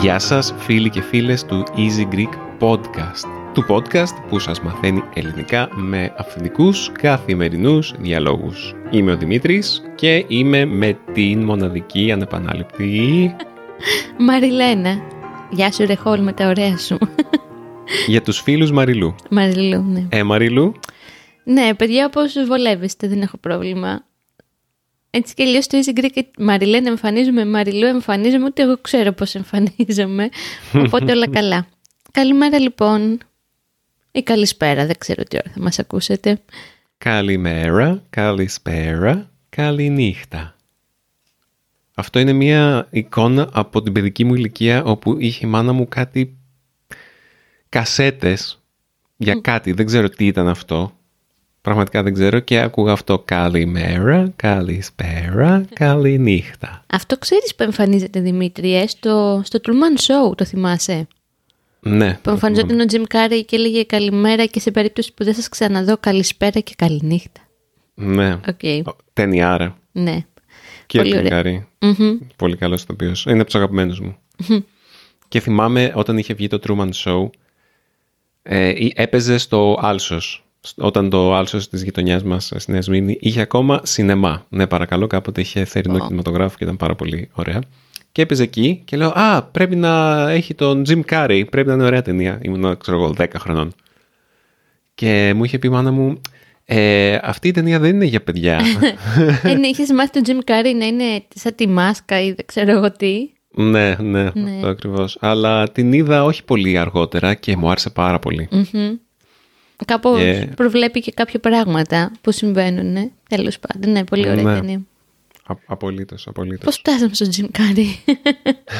Γεια σας φίλοι και φίλες του Easy Greek Podcast, του podcast που σας μαθαίνει ελληνικά με αυθεντικούς καθημερινούς διαλόγους. Είμαι ο Δημήτρης και είμαι με την μοναδική ανεπανάληπτη Μαριλένα. Γεια σου, Ρεχόλ, με τα ωραία σου. για τους φίλους Μαριλού. Μαριλού, ναι. Ε, Μαριλού, Ναι, παιδιά, όπω βολεύεστε, δεν έχω πρόβλημα. Έτσι και λίγο στο Easy Greek η Μαριλένα εμφανίζομαι, Μαριλού εμφανίζομαι, ούτε εγώ ξέρω πώς εμφανίζομαι. Οπότε όλα καλά. Καλημέρα λοιπόν. Ή καλησπέρα, δεν ξέρω τι ώρα θα μας ακούσετε. καλημέρα, καλησπέρα, καληνύχτα. Αυτό είναι μια εικόνα από την παιδική μου ηλικία όπου είχε η μάνα μου κάτι κασέτες για κάτι. Δεν ξέρω τι ήταν αυτό. Πραγματικά δεν ξέρω και άκουγα αυτό καλημέρα, καλησπέρα, καληνύχτα. Αυτό ξέρεις που εμφανίζεται Δημήτρη, ε, στο, στο Truman Show, το θυμάσαι. Ναι. Που εμφανιζόταν ο Τζιμ Κάρεϊ και έλεγε καλημέρα και σε περίπτωση που δεν σας ξαναδώ καλησπέρα και καληνύχτα. Ναι. Οκ, Ταινιάρα. ναι. Και Πολύ ωραία. Τριγκάρη. Μμμ. Πολύ καλός ηθοποιός. Είναι από τους αγαπημένους μου. και θυμάμαι όταν είχε βγει το Truman Show, ε, ή- έπαιζε στο Άλσος. Σ- Όταν το Άλσος της γειτονιάς μας ε, στη Νέα Σμύρνη είχε ακόμα σινεμά. Ναι, παρακαλώ, κάποτε είχε θερινό κινηματογράφο και ήταν πάρα πολύ ωραία. Και έπαιζε εκεί και λέω, α, πρέπει να έχει τον Jim Carrey, πρέπει να είναι ωραία ταινία. Ήμουν, ξέρω εγώ, 10 χρονών. Και μου είχε πει η μάνα μου, «Ε, αυτή η ταινία δεν είναι για παιδιά. Ε, ναι, είχες μάθει τον Τζιμ Κάρι να είναι σαν τη μάσκα ή δεν ξέρω εγώ τι. Ναι, ναι, αυτό ακριβώς. Αλλά την είδα όχι πολύ αργότερα και μου άρεσε πάρα πολύ. Κάπω Ε. προβλέπει και κάποια πράγματα που συμβαίνουν. ε. τέλος πάντων, ναι, πολύ ωραία Ναι. ταινία. Α, απολύτως, απολύτως. Πώς φτάσαμε στον Τζιμ Κάρι.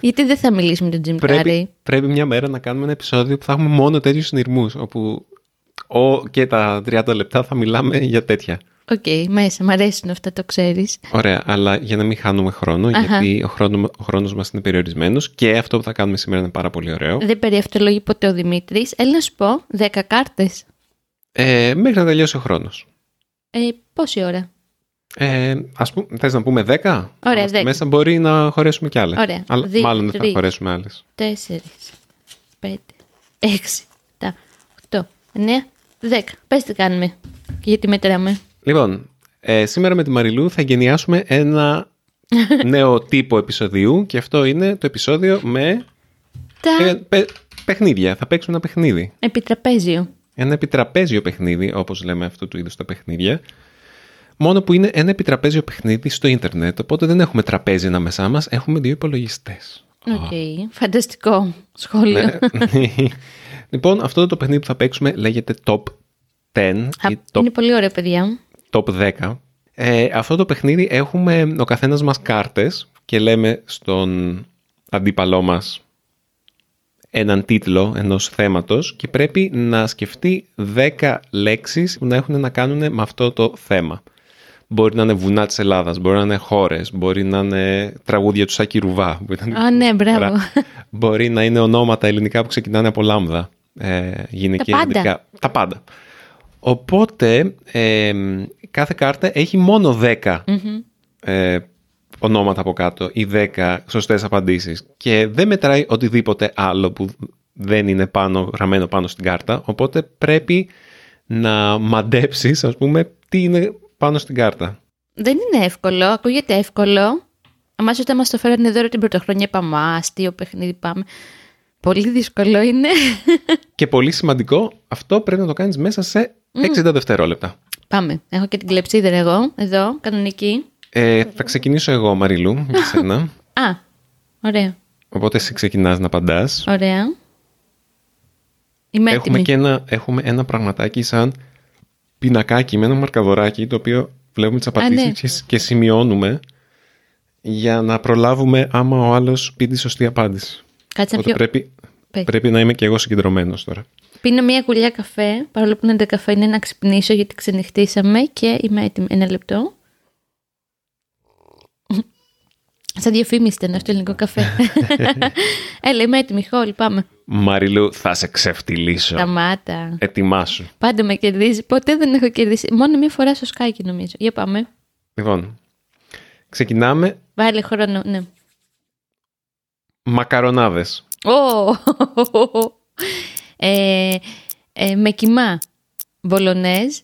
Γιατί δεν θα μιλήσουμε με τον Τζιμ Κάρι. Πρέπει, πρέπει μια μέρα να κάνουμε ένα επεισόδιο που θα έχουμε μόνο τέτοιους συνειρμούς όπου ο, και τα 30 λεπτά θα μιλάμε για τέτοια. Οκ, μέσα, μ' αρέσουν αυτά, το ξέρεις. Ωραία, αλλά για να μην χάνουμε χρόνο, γιατί ο, χρόνο, ο χρόνος μας είναι περιορισμένος και αυτό που θα κάνουμε σήμερα είναι πάρα πολύ ωραίο. Δεν περιευτολογεί ποτέ ο Δημήτρης. Έλα να σου πω, 10 κάρτες. Ε, μέχρι να τελειώσει ο χρόνος. Ε, πόση ώρα. Ε, ας πούμε, θες να πούμε 10? Ωραία, Είμαστε 10. Μέσα μπορεί να χωρέσουμε κι άλλες. Ωραία. Αλλά Δύο, μάλλον δεν θα τρεις. χωρέσουμε άλλες. 4, 5, 6, 7, 8, 9, 10. Πες τι κάνουμε και γιατί μετράμε. Λοιπόν, ε, σήμερα με τη Μαριλού θα γενιάσουμε ένα νέο τύπο επεισοδιού και αυτό είναι το επεισόδιο με ε, Τα παι- παιχνίδια. Θα παίξουμε ένα παιχνίδι. επιτραπέζιο. Ένα επιτραπέζιο παιχνίδι, όπως λέμε αυτού του είδους τα παιχνίδια. Μόνο που είναι ένα επιτραπέζιο παιχνίδι στο ίντερνετ, οπότε δεν έχουμε τραπέζι ανάμεσά μας, έχουμε δύο υπολογιστές. Οκ, φανταστικό σχόλιο. λοιπόν, αυτό το παιχνίδι που θα παίξουμε λέγεται Top 10 Α, ή Top Είναι πολύ ωραίο, παιδιά. top 10. Ε, αυτό το παιχνίδι έχουμε ο καθένας μας κάρτες και λέμε στον αντίπαλό μας έναν τίτλο ενός θέματος και πρέπει να σκεφτεί 10 λέξεις που να έχουν να κάνουν με αυτό το θέμα. Μπορεί να είναι βουνά της Ελλάδας, μπορεί να είναι χώρες, μπορεί να είναι τραγούδια του Σάκη Ρουβά. μπορεί να είναι- Α, ναι, μπράβο. Μπορεί να είναι ονόματα ελληνικά που ξεκινάνε από λάμδα. Ε, γυναικεία, Τα πάντα. ανδρικά. Τα πάντα. Οπότε, ε, κάθε κάρτα έχει μόνο 10, ε, ονόματα από κάτω ή 10 σωστές απαντήσεις και δεν μετράει οτιδήποτε άλλο που δεν είναι πάνω, γραμμένο πάνω στην κάρτα οπότε πρέπει να μαντέψεις ας πούμε τι είναι πάνω στην κάρτα. Δεν είναι εύκολο, ακούγεται εύκολο. Αμάς όταν μας το φέρανε δώρο την πρωτοχρονιά είπαμε «Α, αστείο παιχνίδι πάμε». Πολύ δύσκολο είναι. Και πολύ σημαντικό, αυτό πρέπει να το κάνεις μέσα σε 60 δευτερόλεπτα. πάμε. Έχω και την κλεψίδρα εγώ, εδώ, κανονική. Ε, θα ξεκινήσω εγώ, Μαριλού, για σένα. Α, ωραία, Οπότε εσύ ξεκινάς να απαντάς. ωραία. Είμαι Έχουμε έτοιμη. και ένα, έχουμε ένα πραγματάκι σαν πινακάκι με ένα μαρκαδοράκι το οποίο βλέπουμε τις απαντήσεις ναι. και, σ- και σημειώνουμε για να προλάβουμε άμα ο άλλος πει τη σωστή απάντηση. Κάτσε να Οπότε πιω. πρέπει, Πες. πρέπει να είμαι και εγώ συγκεντρωμένος τώρα. Πίνω μια γουλιά καφέ, παρόλο που είναι καφέ είναι να ξυπνήσω γιατί ξενυχτήσαμε και είμαι έτοιμη. Ένα λεπτό. Σαν διαφήμιση ήταν αυτό το ελληνικό καφέ. Έλα, είμαι έτοιμη, Χόλ, πάμε. Μαριλού, θα σε ξεφτυλίσω. Τα μάτα. Ετοιμάσου. Πάντα με κερδίζει. Ποτέ δεν έχω κερδίσει. Μόνο μία φορά στο σκάκι, νομίζω. Για πάμε. Λοιπόν, ξεκινάμε Βάλε χρόνο, ναι. μακαρονάδες. Ω! ε, ε, με κοιμά. Μπολονέζ.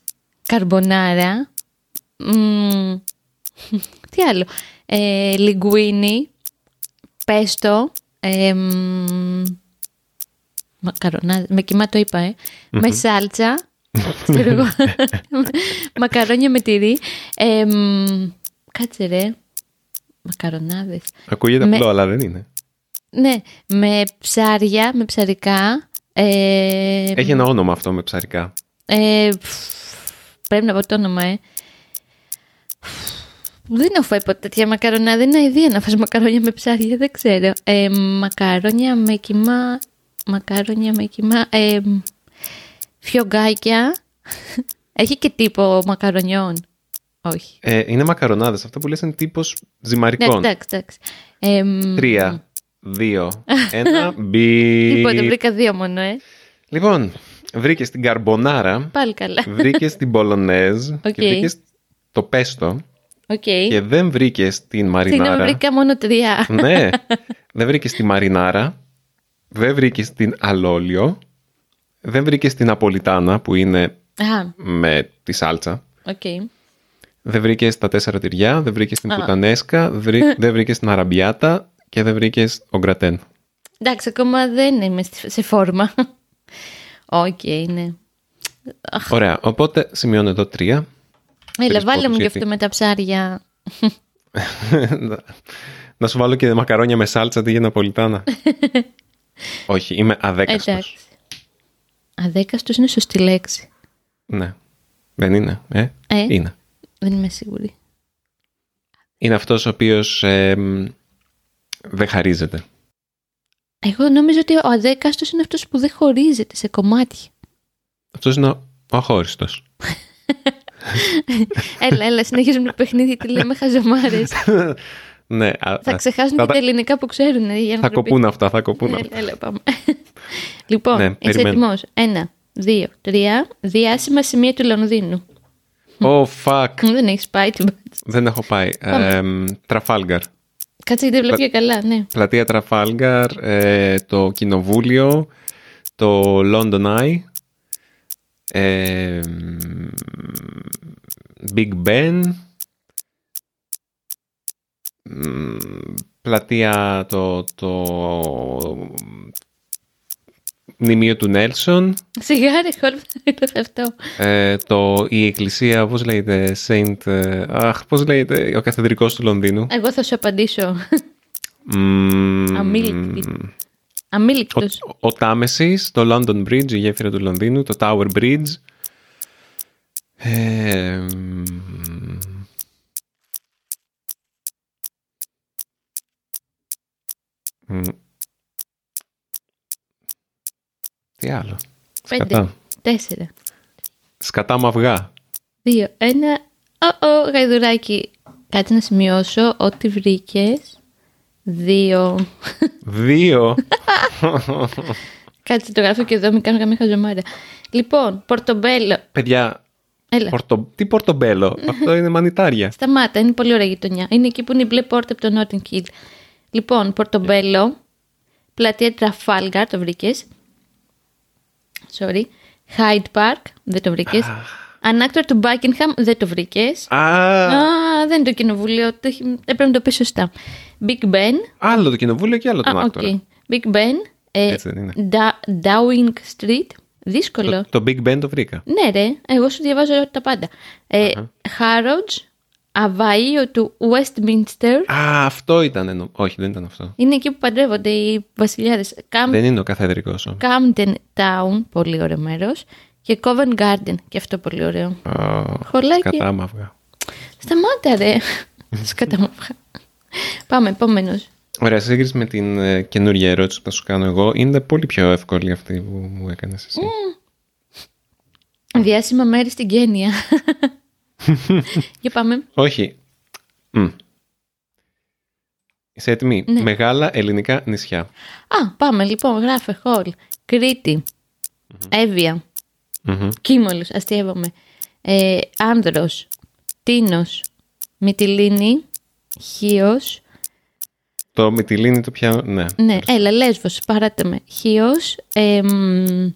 Καρμπονάρα. μ, τι άλλο. Ε, λιγκουίνι. Πέστο. Ε, μ, μακαρονάδες. Με κοιμά το είπα, ε. Με σάλτσα. ξέρω εγώ. Μακαρόνια με τυρί. Ε, μ, κάτσε ρε. Μακαρονάδες. Ακούγεται Με- απλό, αλλά δεν είναι. Ναι, με ψάρια, με ψαρικά. Ε, Έχει ένα όνομα αυτό με ψαρικά. ε, φφ, πρέπει να πω το όνομα, ε. Δεν έχω φάει ποτέ τέτοια μακαρονά. Δεν είναι ιδέα να φας μακαρόνια με ψάρια, δεν ξέρω. Ε, μακαρόνια με κοιμά. Μακαρόνια με κοιμά. Ε, φιωγκάκια. Έχει και τύπο μακαρονιών. Όχι. Ε, είναι μακαρονάδες. Αυτό που λες είναι τύπος Ναι, ζυμαρικών. εντάξει, εντάξει. Ε, μ, Λοιπόν. Τρία, δύο, ένα, μπι. Τίποτα, λοιπόν, βρήκα δύο μόνο, ε. Λοιπόν, βρήκες την καρμπονάρα, Πάλι καλά. βρήκες την πολωνέζ και Οκ. βρήκες το πέστο Οκ. και δεν βρήκες την Συγγνώμη, μαρινάρα. βρήκα μόνο τρία. ναι, δεν βρήκες τη μαρινάρα, δεν βρήκες την αλόλιο, δεν βρήκες την απολιτάνα που είναι Α, με τη σάλτσα. οκ. Δεν βρήκε τα τέσσερα τυριά, δεν βρήκε την Α. πουτανέσκα, βρή- δεν βρήκε την αραμπιάτα και δεν βρήκε ο γκρατέν. Εντάξει, ακόμα δεν είμαι στη- σε φόρμα. Οκ, ναι. Ωραία. Οπότε σημειώνω εδώ τρία. Έλα, Τρεις βάλε μου πόντους, και γιατί. αυτό με τα ψάρια. Να- Να σου βάλω και μακαρόνια με σάλτσα αντί για Ναπολιτάνα. Όχι, είμαι αδέκαστος. Εντάξει. Αδέκαστος είναι σωστή λέξη. Ναι. Δεν είναι. Ε? Ε. Είναι. Δεν είμαι σίγουρη. Είναι αυτός ο οποίος εμ, δεν χαρίζεται. Εγώ νόμιζα ότι ο αδέκαστος είναι αυτός που δεν χωρίζεται σε κομμάτια. Αυτός είναι ο αχώριστος. Έλα, έλα, συνεχίζουμε το παιχνίδι, τι λέμε χαζομάρες. ναι, α- θα α- ξεχάσουν θα και τα- τα ελληνικά που ξέρουν. ε, οι θα άνθρωποι. κοπούν αυτά, θα κοπούν αυτά. Ε, Έλα, έλα, πάμε. λοιπόν, Ναι, είσαι περιμένω. έτοιμος. Ένα, δύο, τρία. Διάσημα σημεία του Λονδίνου. Oh, fuck. Δεν έχεις πάει την πάτσα. Δεν έχω πάει. Εμ, Τραφάλγκαρ. Κάτσε γιατί δεν βλέπω και καλά, ναι. πλατεία Τραφάλγκαρ, ε, το κοινοβούλιο, το London Eye, ε, μ, Big Ben, μ, πλατεία το, το μνημείο του Νέλσον, Σιγά ρε, χόλπα, το αυτό. ε, το, η εκκλησία, πώς λέγεται, Saint, ε, αχ, πώς λέγεται, ο καθεδρικός του Λονδίνου. Εγώ θα σου απαντήσω. Μ, Αμήλικτη. Αμήλικτος. Ο, ο Τάμεσης, το London Bridge, η γέφυρα του Λονδίνου, το Tower Bridge. Ε, μ, μ. Τι άλλο. Πέντε, Σκατά. τέσσερα, Σκατά μαυγά. δύο, ένα. Ο, ο, γαϊδουράκι. Κάτσε να σημειώσω ότι βρήκες. Δύο. Δύο. Κάτσε το γράφω και εδώ, μην κάνω καμία χαζομάρα. Λοιπόν, Πορτομπέλο. Παιδιά, Έλα. πορτο, τι πορτομπέλο. Αυτό είναι μανιτάρια. Σταμάτα, είναι πολύ ωραία γειτονιά. Είναι εκεί που είναι η μπλε πόρτα από το Notting Hill. Λοιπόν, Πορτομπέλο, πλατεία Τραφάλγκαρ, το βρήκες. Sorry. Hyde Park, δεν το βρήκες. Ανάκτορα του Buckingham, δεν το βρήκες. Α, Α, δεν είναι το κοινοβούλιο. το έχει- Έπρεπε να το πεις σωστά. Big Ben. άλλο το κοινοβούλιο και άλλο τον Α, οκ. άκτορα. Big Ben. Ε, Έτσι δεν είναι. Da- Downing Street. Δύσκολο. Το, το Big Ben το βρήκα. Ναι, ρε, εγώ σου διαβάζω τα πάντα. Ε, Harrods, Αβαίο του Westminster. Α, αυτό ήταν. εννο- Όχι, δεν ήταν αυτό. Είναι εκεί που παντρεύονται οι βασιλιάδες. Cam- Δεν είναι ο καθεδρικός. Camden Town, πολύ ωραίο μέρος. Και Covent Garden, και αυτό πολύ ωραίο. Χολάκι. Κατά μαύγα. Σταμάτα, ρε. Σκαταμόφα. Πάμε, επόμενος. Ωραία, σε σύγκριση με την ε, καινούργια ερώτηση που θα σου κάνω εγώ, είναι πολύ πιο εύκολη αυτή που μου έκανες εσύ. Διάσημα μέρη στην Κένια. Για πάμε. Όχι. Μμ. Είσαι έτοιμη. Ναι. Μεγάλα ελληνικά νησιά. Α, πάμε λοιπόν, γράφε χολ. Κρήτη, Εύβοια, Μμμ. Κίμολος, αστείευομαι, ε, Άνδρος, Τίνος, Μυτιλίνη, Χίος, Το Μυτιλίνι το πια... Ναι. ναι, έλα, Λέσβος, παράτε με, Χίος, εμ,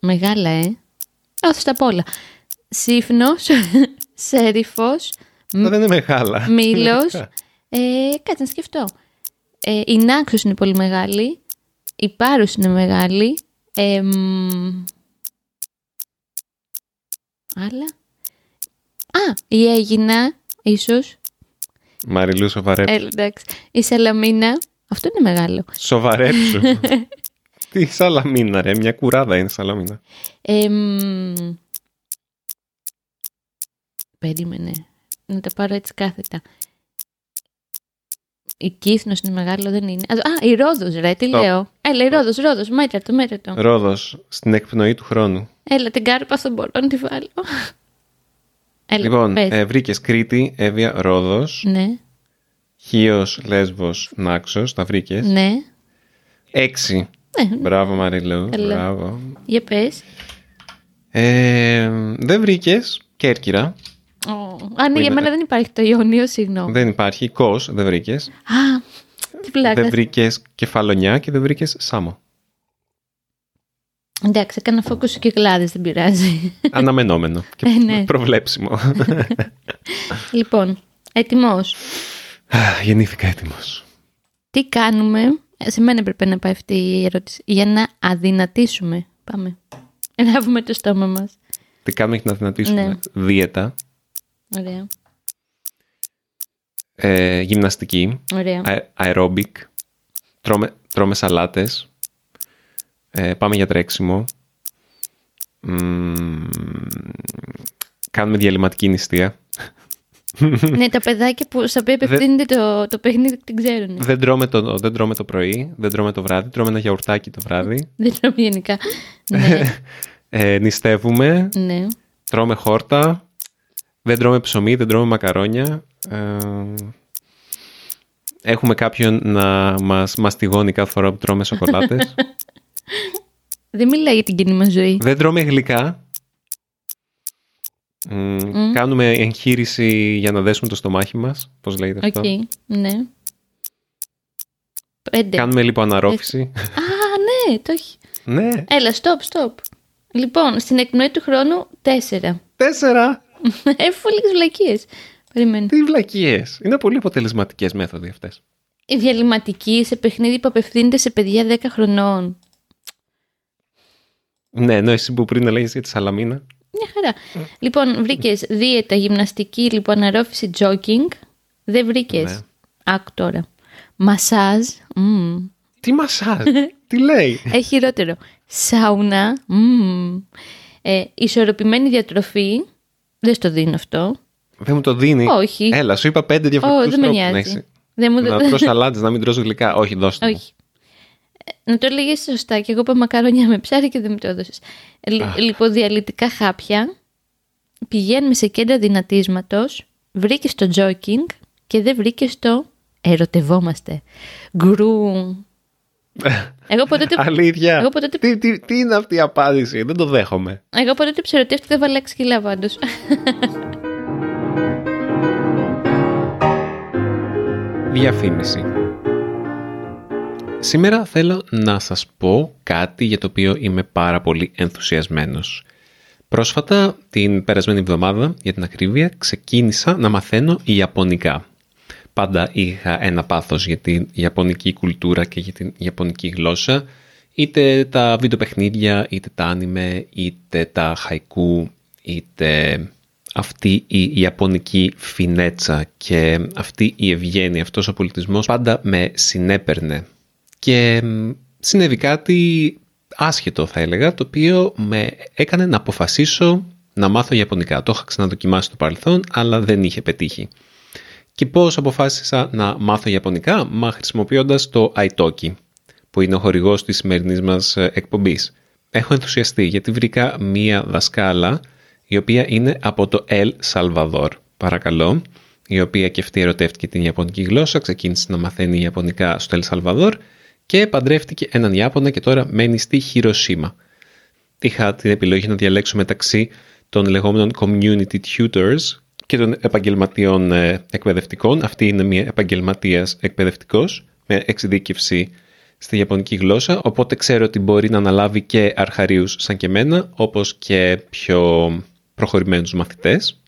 μεγάλα, ε, Α, θα στα πω όλα, Σύφνος, Σέριφος, Αυτά δεν είναι μεγάλα. Μήλος, ε, κάτσε να σκεφτώ, ε, η Νάξος είναι πολύ μεγάλη, η Πάρος είναι μεγάλη, εμ, άλλα, α, η Έγινα, ίσως, Μαριλού ε, σοβαρέψου. εντάξει. Η Σαλαμίνα. Αυτό είναι μεγάλο. Σοβαρέψου. Τι σαλαμίνα ρε, μια κουράδα είναι σαλαμίνα. Εμ, Περίμενε. Να τα πάρω έτσι κάθετα. Η Κύθνος είναι μεγάλο, δεν είναι. Α, η Ρόδος ρε, τι Stop. λέω. Έλα, η Ρόδος, Ρόδος, μέτρα το, μέτρα το. Ρόδος, στην εκπνοή του χρόνου. Έλα, την κάρπα θα μπορώ να τη βάλω. Έλα, Λοιπόν, πες. ε, βρήκες Κρήτη, Εύβοια, Ρόδος, Ναι, Χίος, Λέσβος, Νάξος, τα βρήκες. ναι, Έξι. ναι. Μπράβο Μαριλού, Καλά. μπράβο. Για πες. Ε, δεν βρήκες Κέρκυρα, Ω, Α, ναι, Που για είναι- ε, μένα δεν υπάρχει το Ιόνιο, συγγνώμη. δεν υπάρχει, Κος, δεν βρήκες. Α, τι πλάκας. Δεν βρήκες Κεφαλονιά και δεν βρήκες Σάμο. Εντάξει, έκανα focus και κλάδες, δεν πειράζει. Αναμενόμενο και Ε, ναι. προβλέψιμο. λοιπόν, έτοιμος. Α, Γεννήθηκα έτοιμος. Τι κάνουμε, ε, σε μένα έπρεπε να πάει αυτή η ερώτηση, για να αδυνατήσουμε. Πάμε. Ράβουμε το στόμα μας. Τι κάνουμε για να Ναι. δυνατήσουμε. Δίαιτα, Ωραία, ε, γυμναστική, ωραία. αε- aerobic, τρώμε, τρώμε σαλάτες, ε, πάμε για τρέξιμο, μμμ, κάνουμε διαλυματική νηστεία, ναι, τα παιδάκια που, στα οποία απευθύνεται το, το παιχνίδι την ξέρουν. δεν τρώμε, το, δεν τρώμε το πρωί, δεν τρώμε το βράδυ, τρώμε ένα γιαουρτάκι το βράδυ, δεν τρώμε γενικά. ναι, ε, νηστεύουμε, ναι. τρώμε χόρτα, δεν τρώμε ψωμί, δεν τρώμε μακαρόνια. Ε, έχουμε κάποιον να μας μαστιγώνει κάθε φορά που τρώμε σοκολάτες. Δεν μιλάει για την κοινή μας ζωή. δεν τρώμε γλυκά. Μ, Κάνουμε εγχείρηση για να δέσουμε το στομάχι μας, πώς λέγεται Οκ, αυτό. ναι. Πέντε. Κάνουμε λιποαναρρόφηση. Α, ναι, το έχει. ναι, Έλα, stop, stop. Λοιπόν, στην εκπνοή του χρόνου, τέσσερα. τέσσερα! Έχω λίγε βλακίες. Περιμένω. Τι βλακίες! Είναι πολύ αποτελεσματικές μέθοδοι αυτές. Η διαλυματική σε παιχνίδι που απευθύνεται σε παιδιά 10 χρονών. Ναι, ενώ εσύ που πριν έλεγες για τη σαλαμίνα. Μια χαρά. Λοιπόν, βρήκες δίαιτα, γυμναστική, λιποαναρρόφηση, τζόκινγκ. Δεν βρήκες. Ναι. Άκου τώρα. Μασάζ. μμμ. Τι μασάζ! τι λέει! Έχει χειρότερο. Σάουνα. μμμ. Ε, ισορροπημένη διατροφή. Δεν στο δίνω αυτό. Δεν μου το δίνει. Όχι. Έλα, σου είπα πέντε Ω, διαφορετικού δεν με τρόπους να νοιάζει. είσαι. Δεν μου Να δεν- τρως σαλάτες, να μην τρως γλυκά. Όχι, δώστε μου. Όχι. Ε, Να το έλεγες σωστά. Και εγώ είπα μακαρόνια με ψάρι και δεν μου το έδωσες. Λιποδιαλυτικά χάπια. Πηγαίνουμε σε κέντρα δυνατίσματος. Βρήκε το τζόκινγκ και δεν βρήκε το ερωτευόμαστε. Γκρου. Εγώ από τότε, Αλήθεια. Εγώ από τότε- τι, τι, τι είναι αυτή η απάντηση, δεν το δέχομαι. εγώ από τότε που σε ρωτεύτηκα δεν βάλα 6 κιλά πάντως. Διαφήμιση. Σήμερα θέλω να σας πω κάτι για το οποίο είμαι πάρα πολύ ενθουσιασμένος. Πρόσφατα, την περασμένη εβδομάδα, για την ακρίβεια, ξεκίνησα να μαθαίνω Ιαπωνικά. Πάντα είχα ένα πάθος για την Ιαπωνική κουλτούρα και για την Ιαπωνική γλώσσα. Είτε τα βίντεο παιχνίδια, είτε τα άνιμε, είτε τα χαϊκού, είτε αυτή η Ιαπωνική φινέτσα και αυτή η ευγένεια, αυτός ο πολιτισμός πάντα με συνέπαιρνε. Και μ, συνέβη κάτι άσχετο θα έλεγα, το οποίο με έκανε να αποφασίσω να μάθω Ιαπωνικά. Το είχα ξαναδοκιμάσει στο παρελθόν, αλλά δεν είχε πετύχει. Και πώς αποφάσισα να μάθω Ιαπωνικά, μα χρησιμοποιώντας το Italki, που είναι ο χορηγός της σημερινής μας ε, εκπομπής. Έχω ενθουσιαστεί γιατί βρήκα μία δασκάλα η οποία είναι από το El Salvador. Παρακαλώ, η οποία και αυτή ερωτεύτηκε την Ιαπωνική γλώσσα, ξεκίνησε να μαθαίνει Ιαπωνικά στο Ελ Σαλβαδόρ και παντρεύτηκε έναν Ιάπωνα και τώρα μένει στη Χειροσύμα. Είχα την επιλογή να διαλέξω μεταξύ των λεγόμενων community tutors και των επαγγελματιών ε, εκπαιδευτικών. Αυτή είναι μια επαγγελματίας εκπαιδευτικός με εξειδίκευση στη Ιαπωνική γλώσσα, οπότε ξέρω ότι μπορεί να αναλάβει και αρχαρίους σαν και εμένα, όπως και πιο προχωρημένους μαθητές.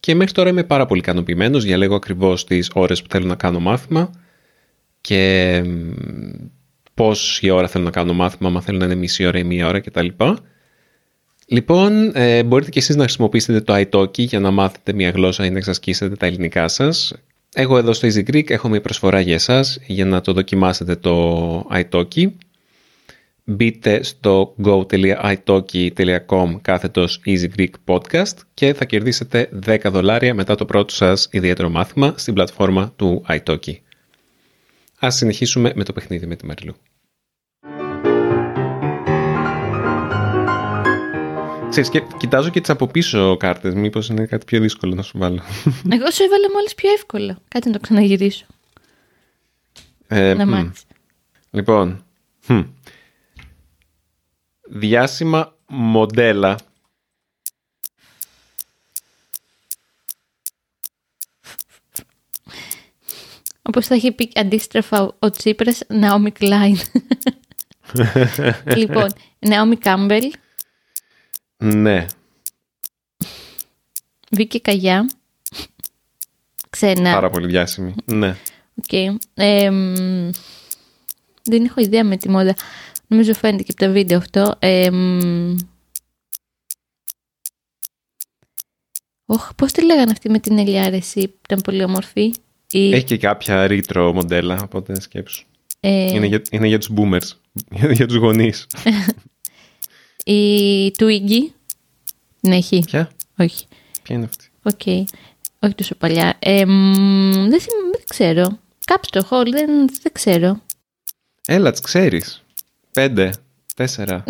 Και μέχρι τώρα είμαι πάρα πολύ ικανοποιημένος, διαλέγω ακριβώς τις ώρες που θέλω να κάνω μάθημα και πόση ώρα θέλω να κάνω μάθημα, αν θέλω να είναι μισή ώρα ή μία ώρα κτλ. Λοιπόν, ε, μπορείτε και εσείς να χρησιμοποιήσετε το italki για να μάθετε μια γλώσσα ή να εξασκήσετε τα ελληνικά σας. Εγώ εδώ στο Easy Greek έχω μια προσφορά για εσάς για να το δοκιμάσετε το italki. Μπείτε στο go.italki.com κάθετος Easy Greek Podcast και θα κερδίσετε 10 δολάρια μετά το πρώτο σας ιδιαίτερο μάθημα στην πλατφόρμα του italki. Ας συνεχίσουμε με το παιχνίδι με τη Μαριλού. Ξέρεις, και κοιτάζω και τις από πίσω κάρτες. Μήπως είναι κάτι πιο δύσκολο να σου βάλω. Εγώ σου έβαλα μόλις πιο εύκολα. Κάτι να το ξαναγυρίσω. Ε, να μμ. μάθεις. Λοιπόν. Μμ. Διάσημα μοντέλα. Όπως θα είχε πει αντίστροφα ο Τσίπρας, Ναόμι Κλάιν. λοιπόν, Ναόμι Κάμπελ, Ναι. Βίκη Καγιά. Ξένα. Πάρα πολύ διάσημη. ναι. Οκ. Εμ, δεν έχω ιδέα με τη μόδα. Νομίζω φαίνεται και από τα βίντεο αυτό. Εμ, Οχ, πώς τη λέγανε αυτή με την ελιάρεση που ήταν πολύ όμορφη. Η, Έχει και κάποια ρήτρο μοντέλα, οπότε σκέψου. ε, Είναι, για, είναι για τους boomers. για, για τους γονείς. Η Twiggy. Την έχει. Ποια? Όχι. Ποια είναι αυτή. Οκ. Όχι τόσο παλιά. Εμ, δεν, θυμ- δεν ξέρω. Κάψτε το χόλ, δεν, δεν ξέρω. Έλα, τις ξέρεις. Πέντε, τέσσερα,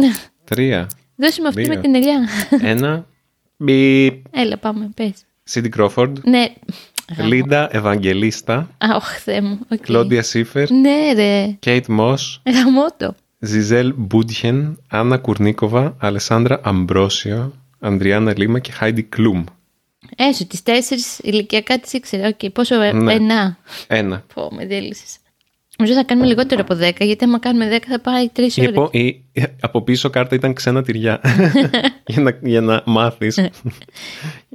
τρία, Δώσε με αυτή Μία. με την ελιά. ένα. Μπιπ. Έλα, πάμε, πες. Σίντι Κρόφορντ. Ναι. Λίντα Ευαγγελίστα. Α, οχ, Θεέ μου. οκ. Κλόντια Σίφερ. Ναι, ρε. Κέιτ Μος. Γαμώ το. Ζιζέλ Μπούντχεν, Άννα Κουρνίκοβα, Αλεσάνδρα Αμπρόσιο, Ανδριάννα Λίμα και Χάιντι Κλουμ. Έσου τις τέσσερις ηλικιακά τις ήξερα. Οκ, πόσο ε, Ναι. ένα. Ένα. Πω, με διέλυσες. Νομίζω θα Ε, κάνουμε λιγότερο από 10, γιατί άμα κάνουμε 10 θα πάει 3 ώρες. Η, επο- Λοιπόν, η- η- από πίσω κάρτα ήταν ξένα τυριά. για, να, για να μάθεις. Ναι.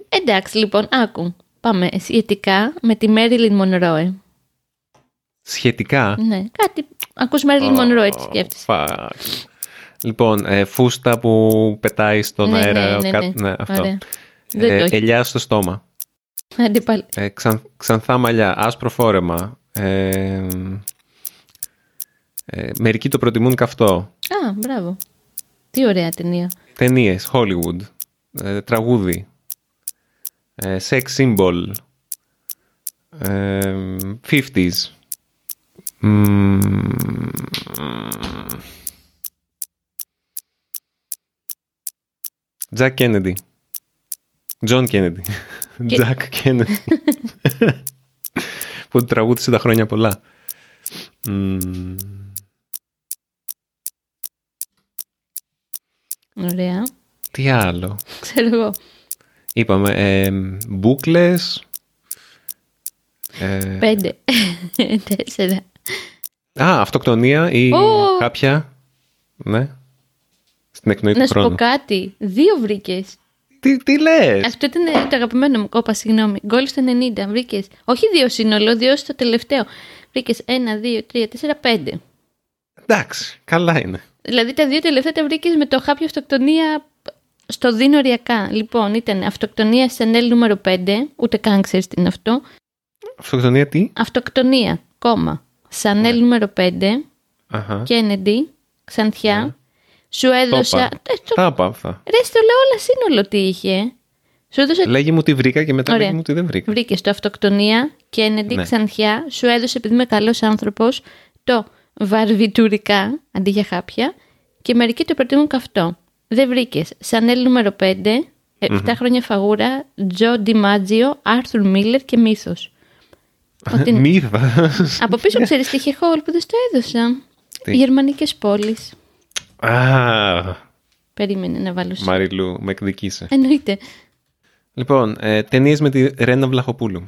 Εντάξει, λοιπόν, άκου. Πάμε σχετικά με τη ε. Μέριλιν Μονρόε. Σχετικά. Ναι, κάτι. Ακούς Μέριλιν Μονρό, έτσι σκέφτεσαι. Fuck. Λοιπόν, ε, φούστα που πετάει στον Ναι, αέρα. ναι, ναι, κα- ναι. αυτό. Ωραία. Δεν το έχει. ελιά στο στόμα. Άντε πάλι. Ε, Ε, ξαν- ξανθά μαλλιά, άσπρο φόρεμα. Ε, ε, μερικοί το προτιμούν καυτό. Α, μπράβο. Τι ωραία ταινία. Ταινίες, Hollywood. ε, τραγούδι. Ε, sex symbol. Ε, 50s. Μμμ. Jack Kennedy. John Kennedy. Jack Kennedy. που τραγούδισε τα χρόνια πολλά. Μμμ. Ωραία. Τι άλλο. Ξέρω εγώ. Είπαμε ε, μπούκλες. Ε, Πέντε. Τέσσερα. α, αυτοκτονία ή Ω! κάποια. Ναι. Στην εκνοή Να του σου πω χρόνου. κάτι. Δύο βρήκες. Τι, τι λες. Αυτό ήταν το αγαπημένο μου κόπα, συγγνώμη. Γκολ στο 90. Βρήκες. Όχι δύο σύνολο, δύο στο τελευταίο. Βρήκες ένα, δύο, τρία, τέσσερα, πέντε. Εντάξει, καλά είναι. Δηλαδή τα δύο τελευταία τα βρήκες με το χάπιο αυτοκτονία στο δίνω οριακά. Λοιπόν, ήταν αυτοκτονία Σενέλ νούμερο 5, ούτε καν ξέρεις τι είναι αυτό. Αυτοκτονία τι. Αυτοκτονία, κόμμα. Σανέλ νούμερο 5, Αχα. Κένεντι, Ξανθιά. Σου έδωσα. είπα. Ε, το- Τα είπα αυτά. Ρε, στο λέω όλα σύνολο τι είχε. Σου έδωσα. Λέγε μου τι βρήκα και μετά Ωραία. λέγε μου τι δεν βρήκα. Βρήκες το αυτοκτονία, Κένεντι, Ναι. Ξανθιά. Σου έδωσε, επειδή είμαι καλός άνθρωπος, το βαρβιτουρικά αντί για χάπια. Και μερικοί το προτείνουν καυτό. Δεν βρήκες. Σανέλ νούμερο 5, Εφτά χρόνια φαγούρα, Τζο Ντιμάτζιο, Άρθουρ Μίλλερ και μύθος. Ότι... ναι. Μύθα. Από πίσω ξέρεις τι είχε Χόλ που δεν στο έδωσα. Τι? Γερμανικές πόλεις. Α, Περίμενε να βάλω. σε- Μαριλού, με Ε- εκδικήσε. Εννοείται. Λοιπόν, ε, ταινίες με τη Ρένα Βλαχοπούλου.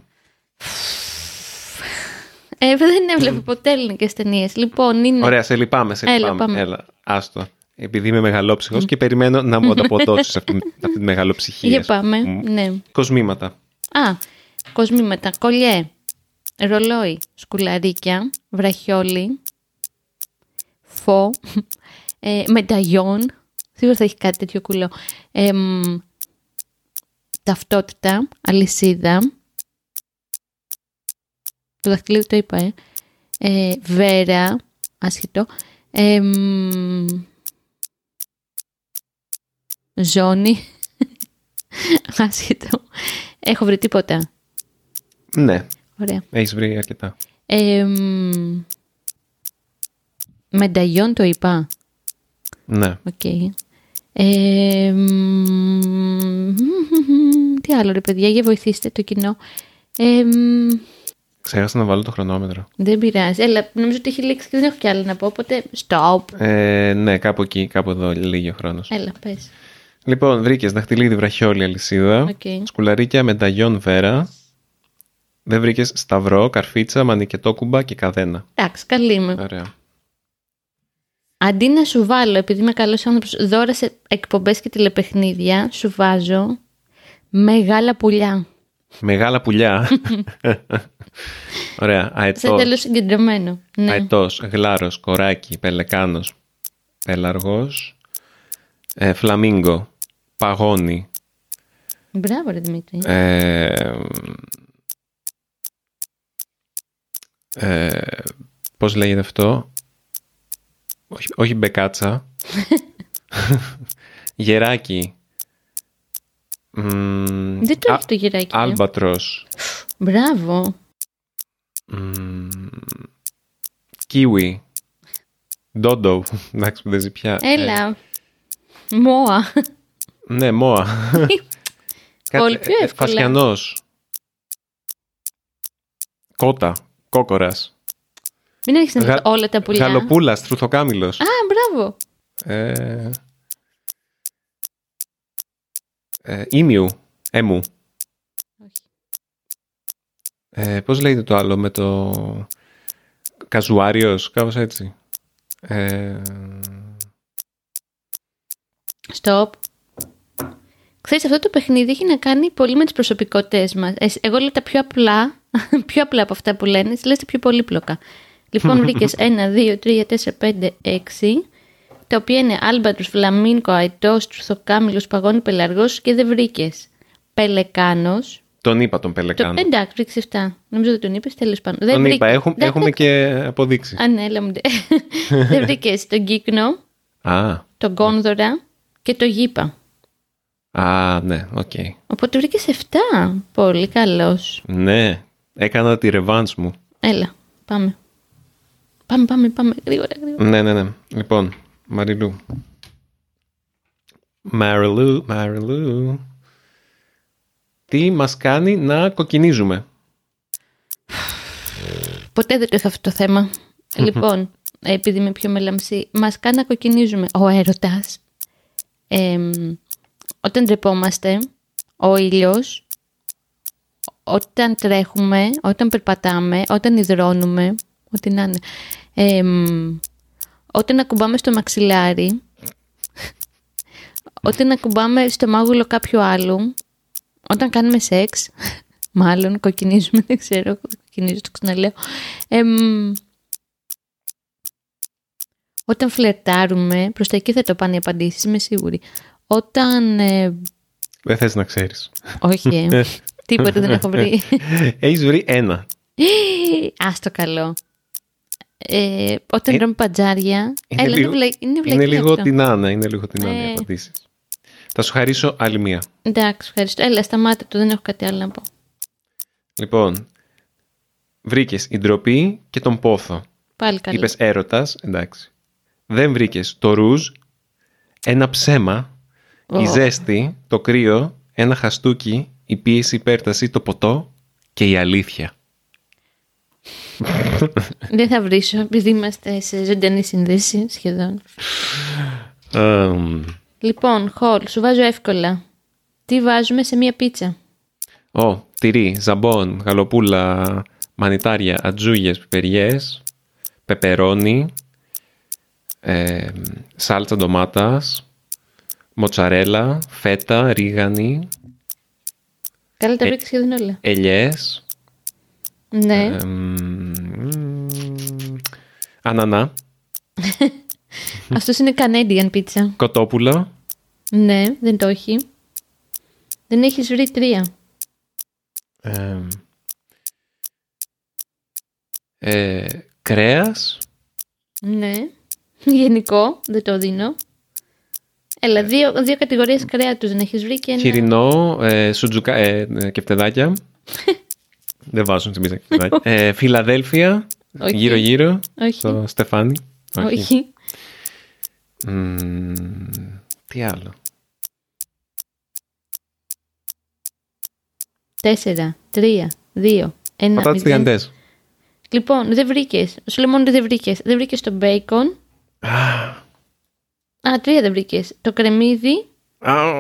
Ε, δεν έβλεπε ποτέ ελληνικές ταινίες. Λοιπόν, είναι. Ωραία, σε λυπάμαι, σε Έλα, λυπάμαι. πάμε. Ναι. Έλα, άστο. Επειδή είμαι μεγαλόψυχος και περιμένω να μου ανταποδώσεις αυτή, αυτή τη μεγαλοψυχία. Για ας πούμε. πάμε. Ναι. Κοσμήματα. Α, κοσμήματα. Κολλιέ. Ρολόι. Σκουλαρίκια. Βραχιόλι. Φω. Ε, μεταγιόν. Σίγουρα θα έχει κάτι τέτοιο κουλό. Ε, μ, ταυτότητα. Αλυσίδα. Το δαχτυλίδι το είπα, ε. ε βέρα. Άσχετο. Ε, μ, ζώνη. Άσχετο. Έχω βρει τίποτα. Ναι, Ωραία. έχεις βρει αρκετά. Ε, μ, μενταγιόν το είπα. Ναι. Οκ. Ε, μ, τι άλλο ρε παιδιά, για βοηθήστε το κοινό. Ε, μ, Ξέχασα να βάλω το χρονόμετρο. δεν πειράζει. Έλα, νομίζω ότι έχει λήξει και δεν έχω κι άλλα να πω, οπότε stop. Ε, ναι, κάπου εκεί, κάπου εδώ λίγη ο χρόνος. Έλα, πες. Λοιπόν, βρήκες δαχτυλίδι βραχιόλη αλυσίδα. Οκ. Σκουλαρίκια μεταγιόν βέρα. Δεν βρήκες σταυρό, καρφίτσα, μανικετόκουμπα και καδένα. Εντάξει, καλή είμαι. Ωραία. Αντί να σου βάλω, επειδή είμαι καλός άνθρωπος, δώρα σε εκπομπές και τηλεπαιχνίδια, σου βάζω μεγάλα πουλιά. Μεγάλα πουλιά. Ωραία. ε, Σαν Αετός. τέλος συγκεντρωμένο. Ναι. Αετός, γλάρος, κοράκι, πελεκάνος, πελαργός. Ε, φλαμίγκο, παγόνι, Μπράβο, ρε Δημήτρη. Ε, ε, πώς λέγεται αυτό. Όχι, όχι μπεκάτσα. Γεράκι. Μμ, Δεν το α- έχει το γυράκι. ε. Άλμπατρος. Μπράβο. Μμ, Κίουι. Ντόντο. Εντάξει, που δεν ζει πια. Ε, Έλα. Μόα. ναι, μόα. Κάτι- Πολύ πιο ε, εύκολα. φασιανός. Κότα. Κόκορας. Μην έχεις να Γα- δεις όλα τα πουλιά. Α, Γαλοπούλας, τρουθοκάμιλος. μπράβο. Ε... Ε, ήμιου. Έμου. Όχι. Ε, Πώς λέγεται το άλλο με το. Καζουάριος, κάπως έτσι. Ε, Stop. Ξέρεις, αυτό το παιχνίδι έχει να κάνει πολύ με τις προσωπικότητες μας. Ε, Εγώ λέω τα πιο απλά, πιο απλά από αυτά που λένε, εσύ λες τα πιο πολύπλοκα. Λοιπόν, βρήκες 1, 2, 3, 4, 5, 6, τα οποία είναι άλμπατρος, φλαμίνκο, αετός, τρουθοκάμιλος, παγόνι, πελαργός και δεν βρήκες. Πελεκάνος, τον είπα τον Το- Πελεκάνο. εντάξει, βρήκες 7. Νομίζω ότι τον είπες, τέλος πάντων. τον είπα. Έχουμε, Δεν... έχουμε και αποδείξει. βρήκε- Α, ναι, έλα μου. ντε. δεν βρήκες τον κύκνο, Α, τον κόνδωρα και το γήπα. α, ναι, οκ. Οπότε βρήκες 7. Πολύ καλός. Ναι, έκανα τη ρεβάνς μου. Έλα, πάμε. Πάμε, πάμε, πάμε. Γρήγορα, γρήγορα. Ναι, ναι, ναι. Λοιπόν, Μαριλού. Μαριλού, Μαριλού. Τι μας κάνει να κοκκινίζουμε. Ποτέ δεν το είχα αυτό το θέμα. λοιπόν, επειδή είμαι πιο μελαμψή, μας κάνει να κοκκινίζουμε. Ο έρωτας. όταν ντρεπόμαστε, ο ήλιος, όταν τρέχουμε, όταν περπατάμε, όταν υδρώνουμε, ό,τι να είναι. Εμ, όταν ακουμπάμε στο μαξιλάρι, όταν ακουμπάμε στο μάγουλο κάποιου άλλου, όταν κάνουμε σεξ, μάλλον κοκκινίζουμε, δεν ξέρω, κοκκινίζω, το ξαναλέω. Εμ, όταν φλερτάρουμε, προς τα εκεί θα το πάνε οι απαντήσεις, είμαι σίγουρη. Όταν... ε, Δεν θες να ξέρεις. όχι, ε, τίποτα δεν έχω βρει. Έχεις βρει ένα. Άστο καλό. Ε, όταν τρώμε πατζάρια. Είναι Έλα, λίγο- Ε, είναι βλακ- είναι είναι βλακή λίγο αυτό. την Άννα, είναι λίγο την Άννα οι Ε. απαντήσεις. Θα σου χαρίσω άλλη μία. Εντάξει, ευχαριστώ. Έλα, σταμάτα το, δεν έχω κάτι άλλο να πω. Λοιπόν, βρήκες η ντροπή και τον πόθο. Πάλι καλό. Είπες έρωτας, εντάξει. Δεν βρήκες το ρούζ, ένα ψέμα, η Ω. ζέστη, το κρύο, ένα χαστούκι, η πίεση, η υπέρταση, το ποτό και η αλήθεια. Δεν θα βρίσω, επειδή είμαστε σε ζωντανή συνδέση σχεδόν. Εμ, Λοιπόν, Χολ, σου βάζω εύκολα. Τι βάζουμε σε μία πίτσα. Ω, τυρί, ζαμπόν, γαλοπούλα, μανιτάρια, ατζούγες, πιπεριές, πεπερόνι, ε, σάλτσα ντομάτας, μοτσαρέλα, φέτα, ρίγανη, Καλά τα Ε. βρήκα σχεδόν όλα. ελιές, ε, Ναι. εμ, ανανά, Αυτός είναι Canadian πίτσα. κοτόπουλα, Ναι, δεν το έχει. Δεν έχεις βρει τρία. εμ, ε, κρέας, Ναι. Γενικό, δεν το δίνω. Έλα, δύο, δύο κατηγορίες κρέατου δεν έχεις βρει και ένα. Ε. Χοιρινό, ε, σουτζουκα, ε, ε, κεφτεδάκια. Δεν βάζουν στην πίτσα κεφτεδάκια. Ε, Φιλαδέλφια, Όχι. γύρω-γύρω, Όχι. στο Στεφάνι. Όχι. Μμμ, τι άλλο. Τέσσερα, τρία, δύο, ένα. Πατάτες μηδέν. τηγανιτές. Λοιπόν, δεν βρήκες. Σου λέω μόνο ότι δεν βρήκες. Δεν βρήκες το μπέικον. Α, τρία δεν βρήκες. Το κρεμμύδι Α,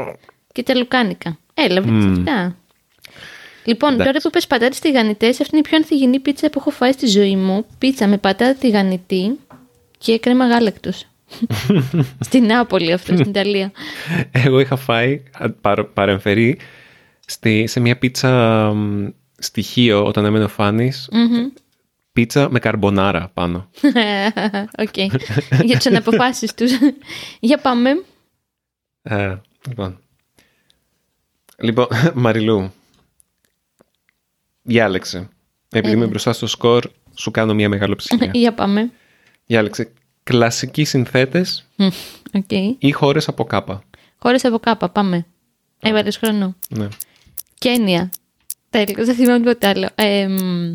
και τα λουκάνικα. Έλα, βρήκες Μμμ. αυτά. Λοιπόν, Εντάξει. τώρα που πες πατάτες τηγανιτές, αυτή είναι η πιο ανθυγιεινή πίτσα που έχω φάει στη ζωή μου. Πίτσα με πατάτα τηγανιτή και κρέμα γάλακτος. στην Νάπολη αυτό, στην Ιταλία. Εγώ είχα φάει, α, παρο- παρεμφερή, στη, σε μια πίτσα μ, στοιχείο όταν έμενε ο Φάνης, Μμμ. πίτσα με καρμπονάρα πάνω. Οκ. Για τις αναποφάσεις τους. Για πάμε. Ε, λοιπόν. Λοιπόν, Μαριλού. Διάλεξε. Επειδή Ε. είμαι μπροστά στο σκορ, σου κάνω μια μεγάλο ψυχία. Για πάμε. Διάλεξε. Κλασικοί συνθέτες Μμ, Οκ. ή χώρες από κάπα. Χώρες από κάπα, πάμε. Έβαλες χρόνο. Ναι. Κένια. Τέλο, δεν θυμάμαι τίποτα άλλο. Ε, μ,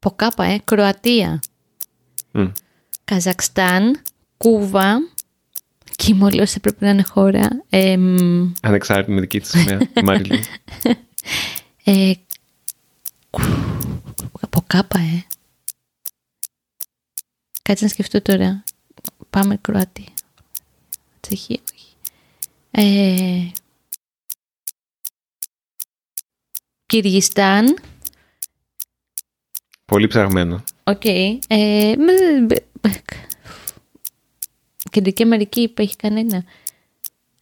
από κάπα, ε. Κροατία. Μμ. Καζακστάν. Κούβα. Και μόλι θα πρέπει να είναι χώρα. Ε, μ, Ανεξάρτητη με δική της σημαία, η Μαριλού. ε, κου- από κάπα, ε. Κάτσε να σκεφτώ τώρα. Πάμε Κροατία. Τσεχία, όχι. Ε, Κυργιστάν. Πολύ ψαγμένο. Οκ. Ε, μ, μπ, μπ, Κεντρική Αμερική είπα, έχει κανένα.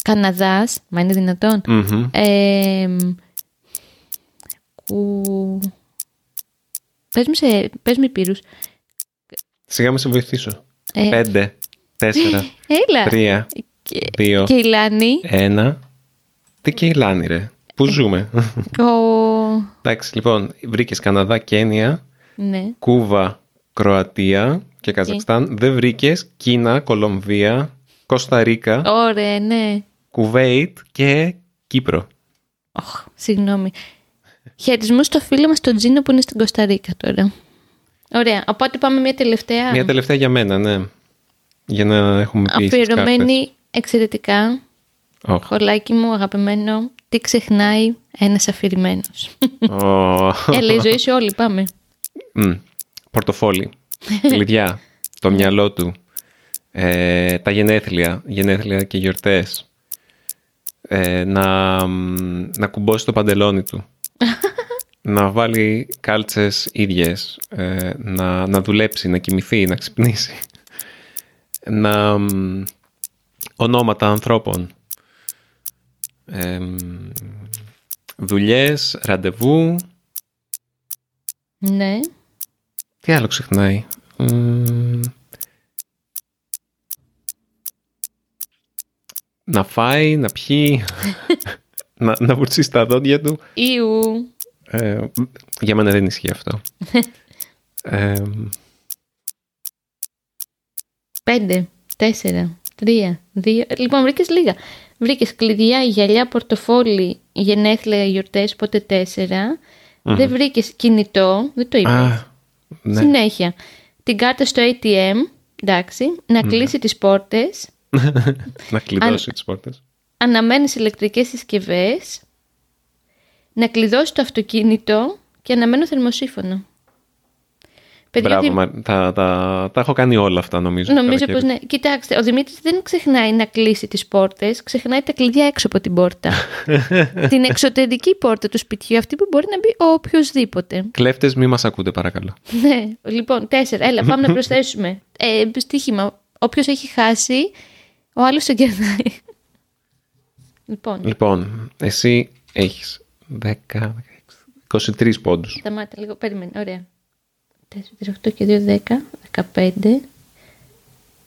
Καναδάς, μα είναι δυνατόν. Μμμ. Ε, μ, κου... Πες μου, σε, πες μου υπήρους. Σιγά με σε βοηθήσω. Ε. Πέντε, τέσσερα, Έλα. τρία, Και, δύο, και η Λάνη. ένα. Τι και η Λάνη, ρε. Πού ζούμε. Ο- Εντάξει, λοιπόν, βρήκες Καναδά, Κένια, Ναι. Κούβα, Κροατία και Καζακστάν. Δεν βρήκες Κίνα, Κολομβία, Κωνσταντίνα, Ωραία, ναι. Κουβέιτ και Κύπρο. Οχ, συγγνώμη. Χαιρισμού στο φίλο μας τον Τζίνο που είναι στην Κωνσταντίνα τώρα. Ωραία. Οπότε πάμε μια τελευταία. Μια τελευταία για μένα, ναι. Για να έχουμε πει. στις κάρτες. Αφιερωμένη εξαιρετικά. Ωχ. Χολάκι μου, αγαπημένο. Τι ξεχνάει ένας αφηρημένος. Ω. Έλα, η ζωή σου όλοι, πάμε. Μμ. Πορτοφόλι. Κλειδιά. Το μυαλό του. Ε, τα γενέθλια. Γενέθλια και γιορτές. Ε, να, μ, να κουμπώσει το παντελόνι του. να βάλει κάλτσες ίδιες. Ε, να, να δουλέψει, να κοιμηθεί, να ξυπνήσει. να, μ, ονόματα ανθρώπων. Ε, μ, δουλειές, ραντεβού, Ναι. τι άλλο ξεχνάει. Μμμ. Να φάει, να πιει, να, να βουρτσίσει τα δόντια του. Ιου. Ε, για μένα δεν ισχύει αυτό. ε, Πέντε, τέσσερα, τρία, δύο. Λοιπόν, βρήκες λίγα. Βρήκες κλειδιά, γυαλιά, πορτοφόλι, γενέθλια, γιορτές, ποτέ τέσσερα. Δεν βρήκες κινητό, δεν το είπα. α, ναι. Συνέχεια. Την κάρτα στο ATM, εντάξει. Να κλείσει τις πόρτες. να κλειδώσει τις πόρτες. αναμένεις ηλεκτρικές συσκευές, να κλειδώσει το αυτοκίνητο και αναμένω θερμοσύφωνο. Παιδιά, Μπράβο, Δημ- μα- τα, τα, τα έχω κάνει όλα αυτά νομίζω. Νομίζω Καλοκαίρι. πως ναι. Κοιτάξτε, ο Δημήτρης δεν ξεχνάει να κλείσει τις πόρτες, ξεχνάει τα κλειδιά έξω από την πόρτα. την εξωτερική πόρτα του σπιτιού, αυτή που μπορεί να μπει ο οποιοδήποτε. Κλέφτες μη μας ακούτε παρακαλώ. Ναι, λοιπόν, τέσσερα. Έλα, πάμε να προσθέσουμε. Ε, στοίχημα. Όποιος έχει χάσει, ο άλλος τον κερδάει. Λοιπόν, Λοιπόν, εσύ έχεις 10, 16, 23 πόντους. σταμάτα λίγο. Περίμενε, ωραία. 4, 8 και 2, 10, 15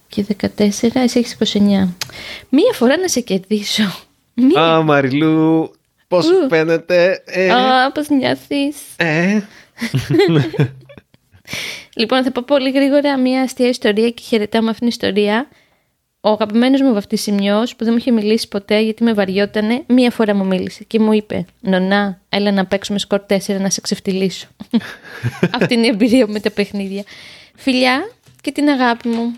και 14. Εσύ έχεις 29. Μία φορά να σε κερδίσω. Μία. Α, Μαριλού, πώς σου Ναι. Ου. φαίνεται. Ε, Α, πώς νιώθεις. ε. Λοιπόν, θα πω πολύ γρήγορα μια αστεία ιστορία και χαιρετάμε αυτήν την ιστορία. Ο αγαπημένος μου βαφτισιμιό, που δεν μου είχε μιλήσει ποτέ γιατί με βαριότανε, μία φορά μου μίλησε και μου είπε: Νονά, έλα να παίξουμε σκορ 4 να σε ξεφτυλίσω. Αυτή είναι η εμπειρία μου με τα παιχνίδια. Φιλιά και την αγάπη μου.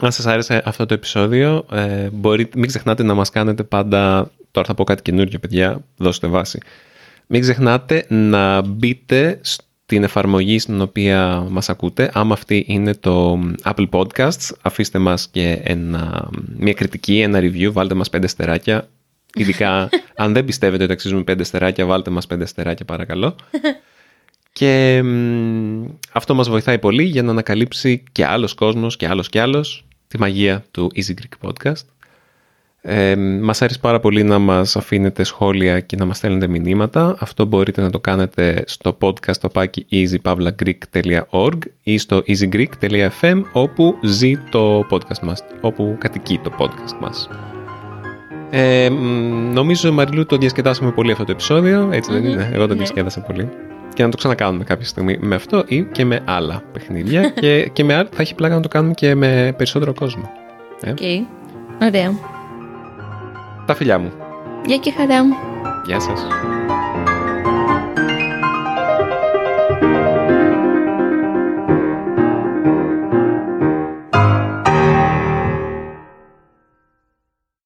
Αν σας άρεσε αυτό το επεισόδιο, ε, μπορεί, μην ξεχνάτε να μας κάνετε πάντα... Τώρα θα πω κάτι καινούργιο, παιδιά, δώστε βάση. Μην ξεχνάτε να μπείτε στην εφαρμογή στην οποία μας ακούτε. Άμα αυτή είναι το Apple Podcasts, αφήστε μας και ένα, μια κριτική, ένα review, βάλτε μας πέντε στεράκια. Ειδικά αν δεν πιστεύετε ότι αξίζουμε πέντε στεράκια, βάλτε μας πέντε στεράκια παρακαλώ. Και μ, αυτό μας βοηθάει πολύ για να ανακαλύψει και άλλος κόσμος και άλλος και άλλος τη μαγεία του Easy Greek Podcast. Ε, μας αρέσει πάρα πολύ να μας αφήνετε σχόλια και να μας στέλνετε μηνύματα. Αυτό μπορείτε να το κάνετε στο podcast το πάκι easypavlagreek.org ή στο easygreek.fm όπου ζει το podcast μας, όπου κατοικεί το podcast μας. Ε, μ, νομίζω Μαριλού το διασκεδάσαμε πολύ αυτό το επεισόδιο, έτσι δεν Μμμ, είναι. Εγώ το ναι. διασκέδασα πολύ. Και να το ξανακάνουμε κάποια στιγμή με αυτό ή και με άλλα παιχνίδια. και, και με άλλα θα έχει πλάκα να το κάνουμε και με περισσότερο κόσμο. Ε, Οκ. Ωραία. Τα φιλιά μου. Γεια και χαρά μου. Γεια σας.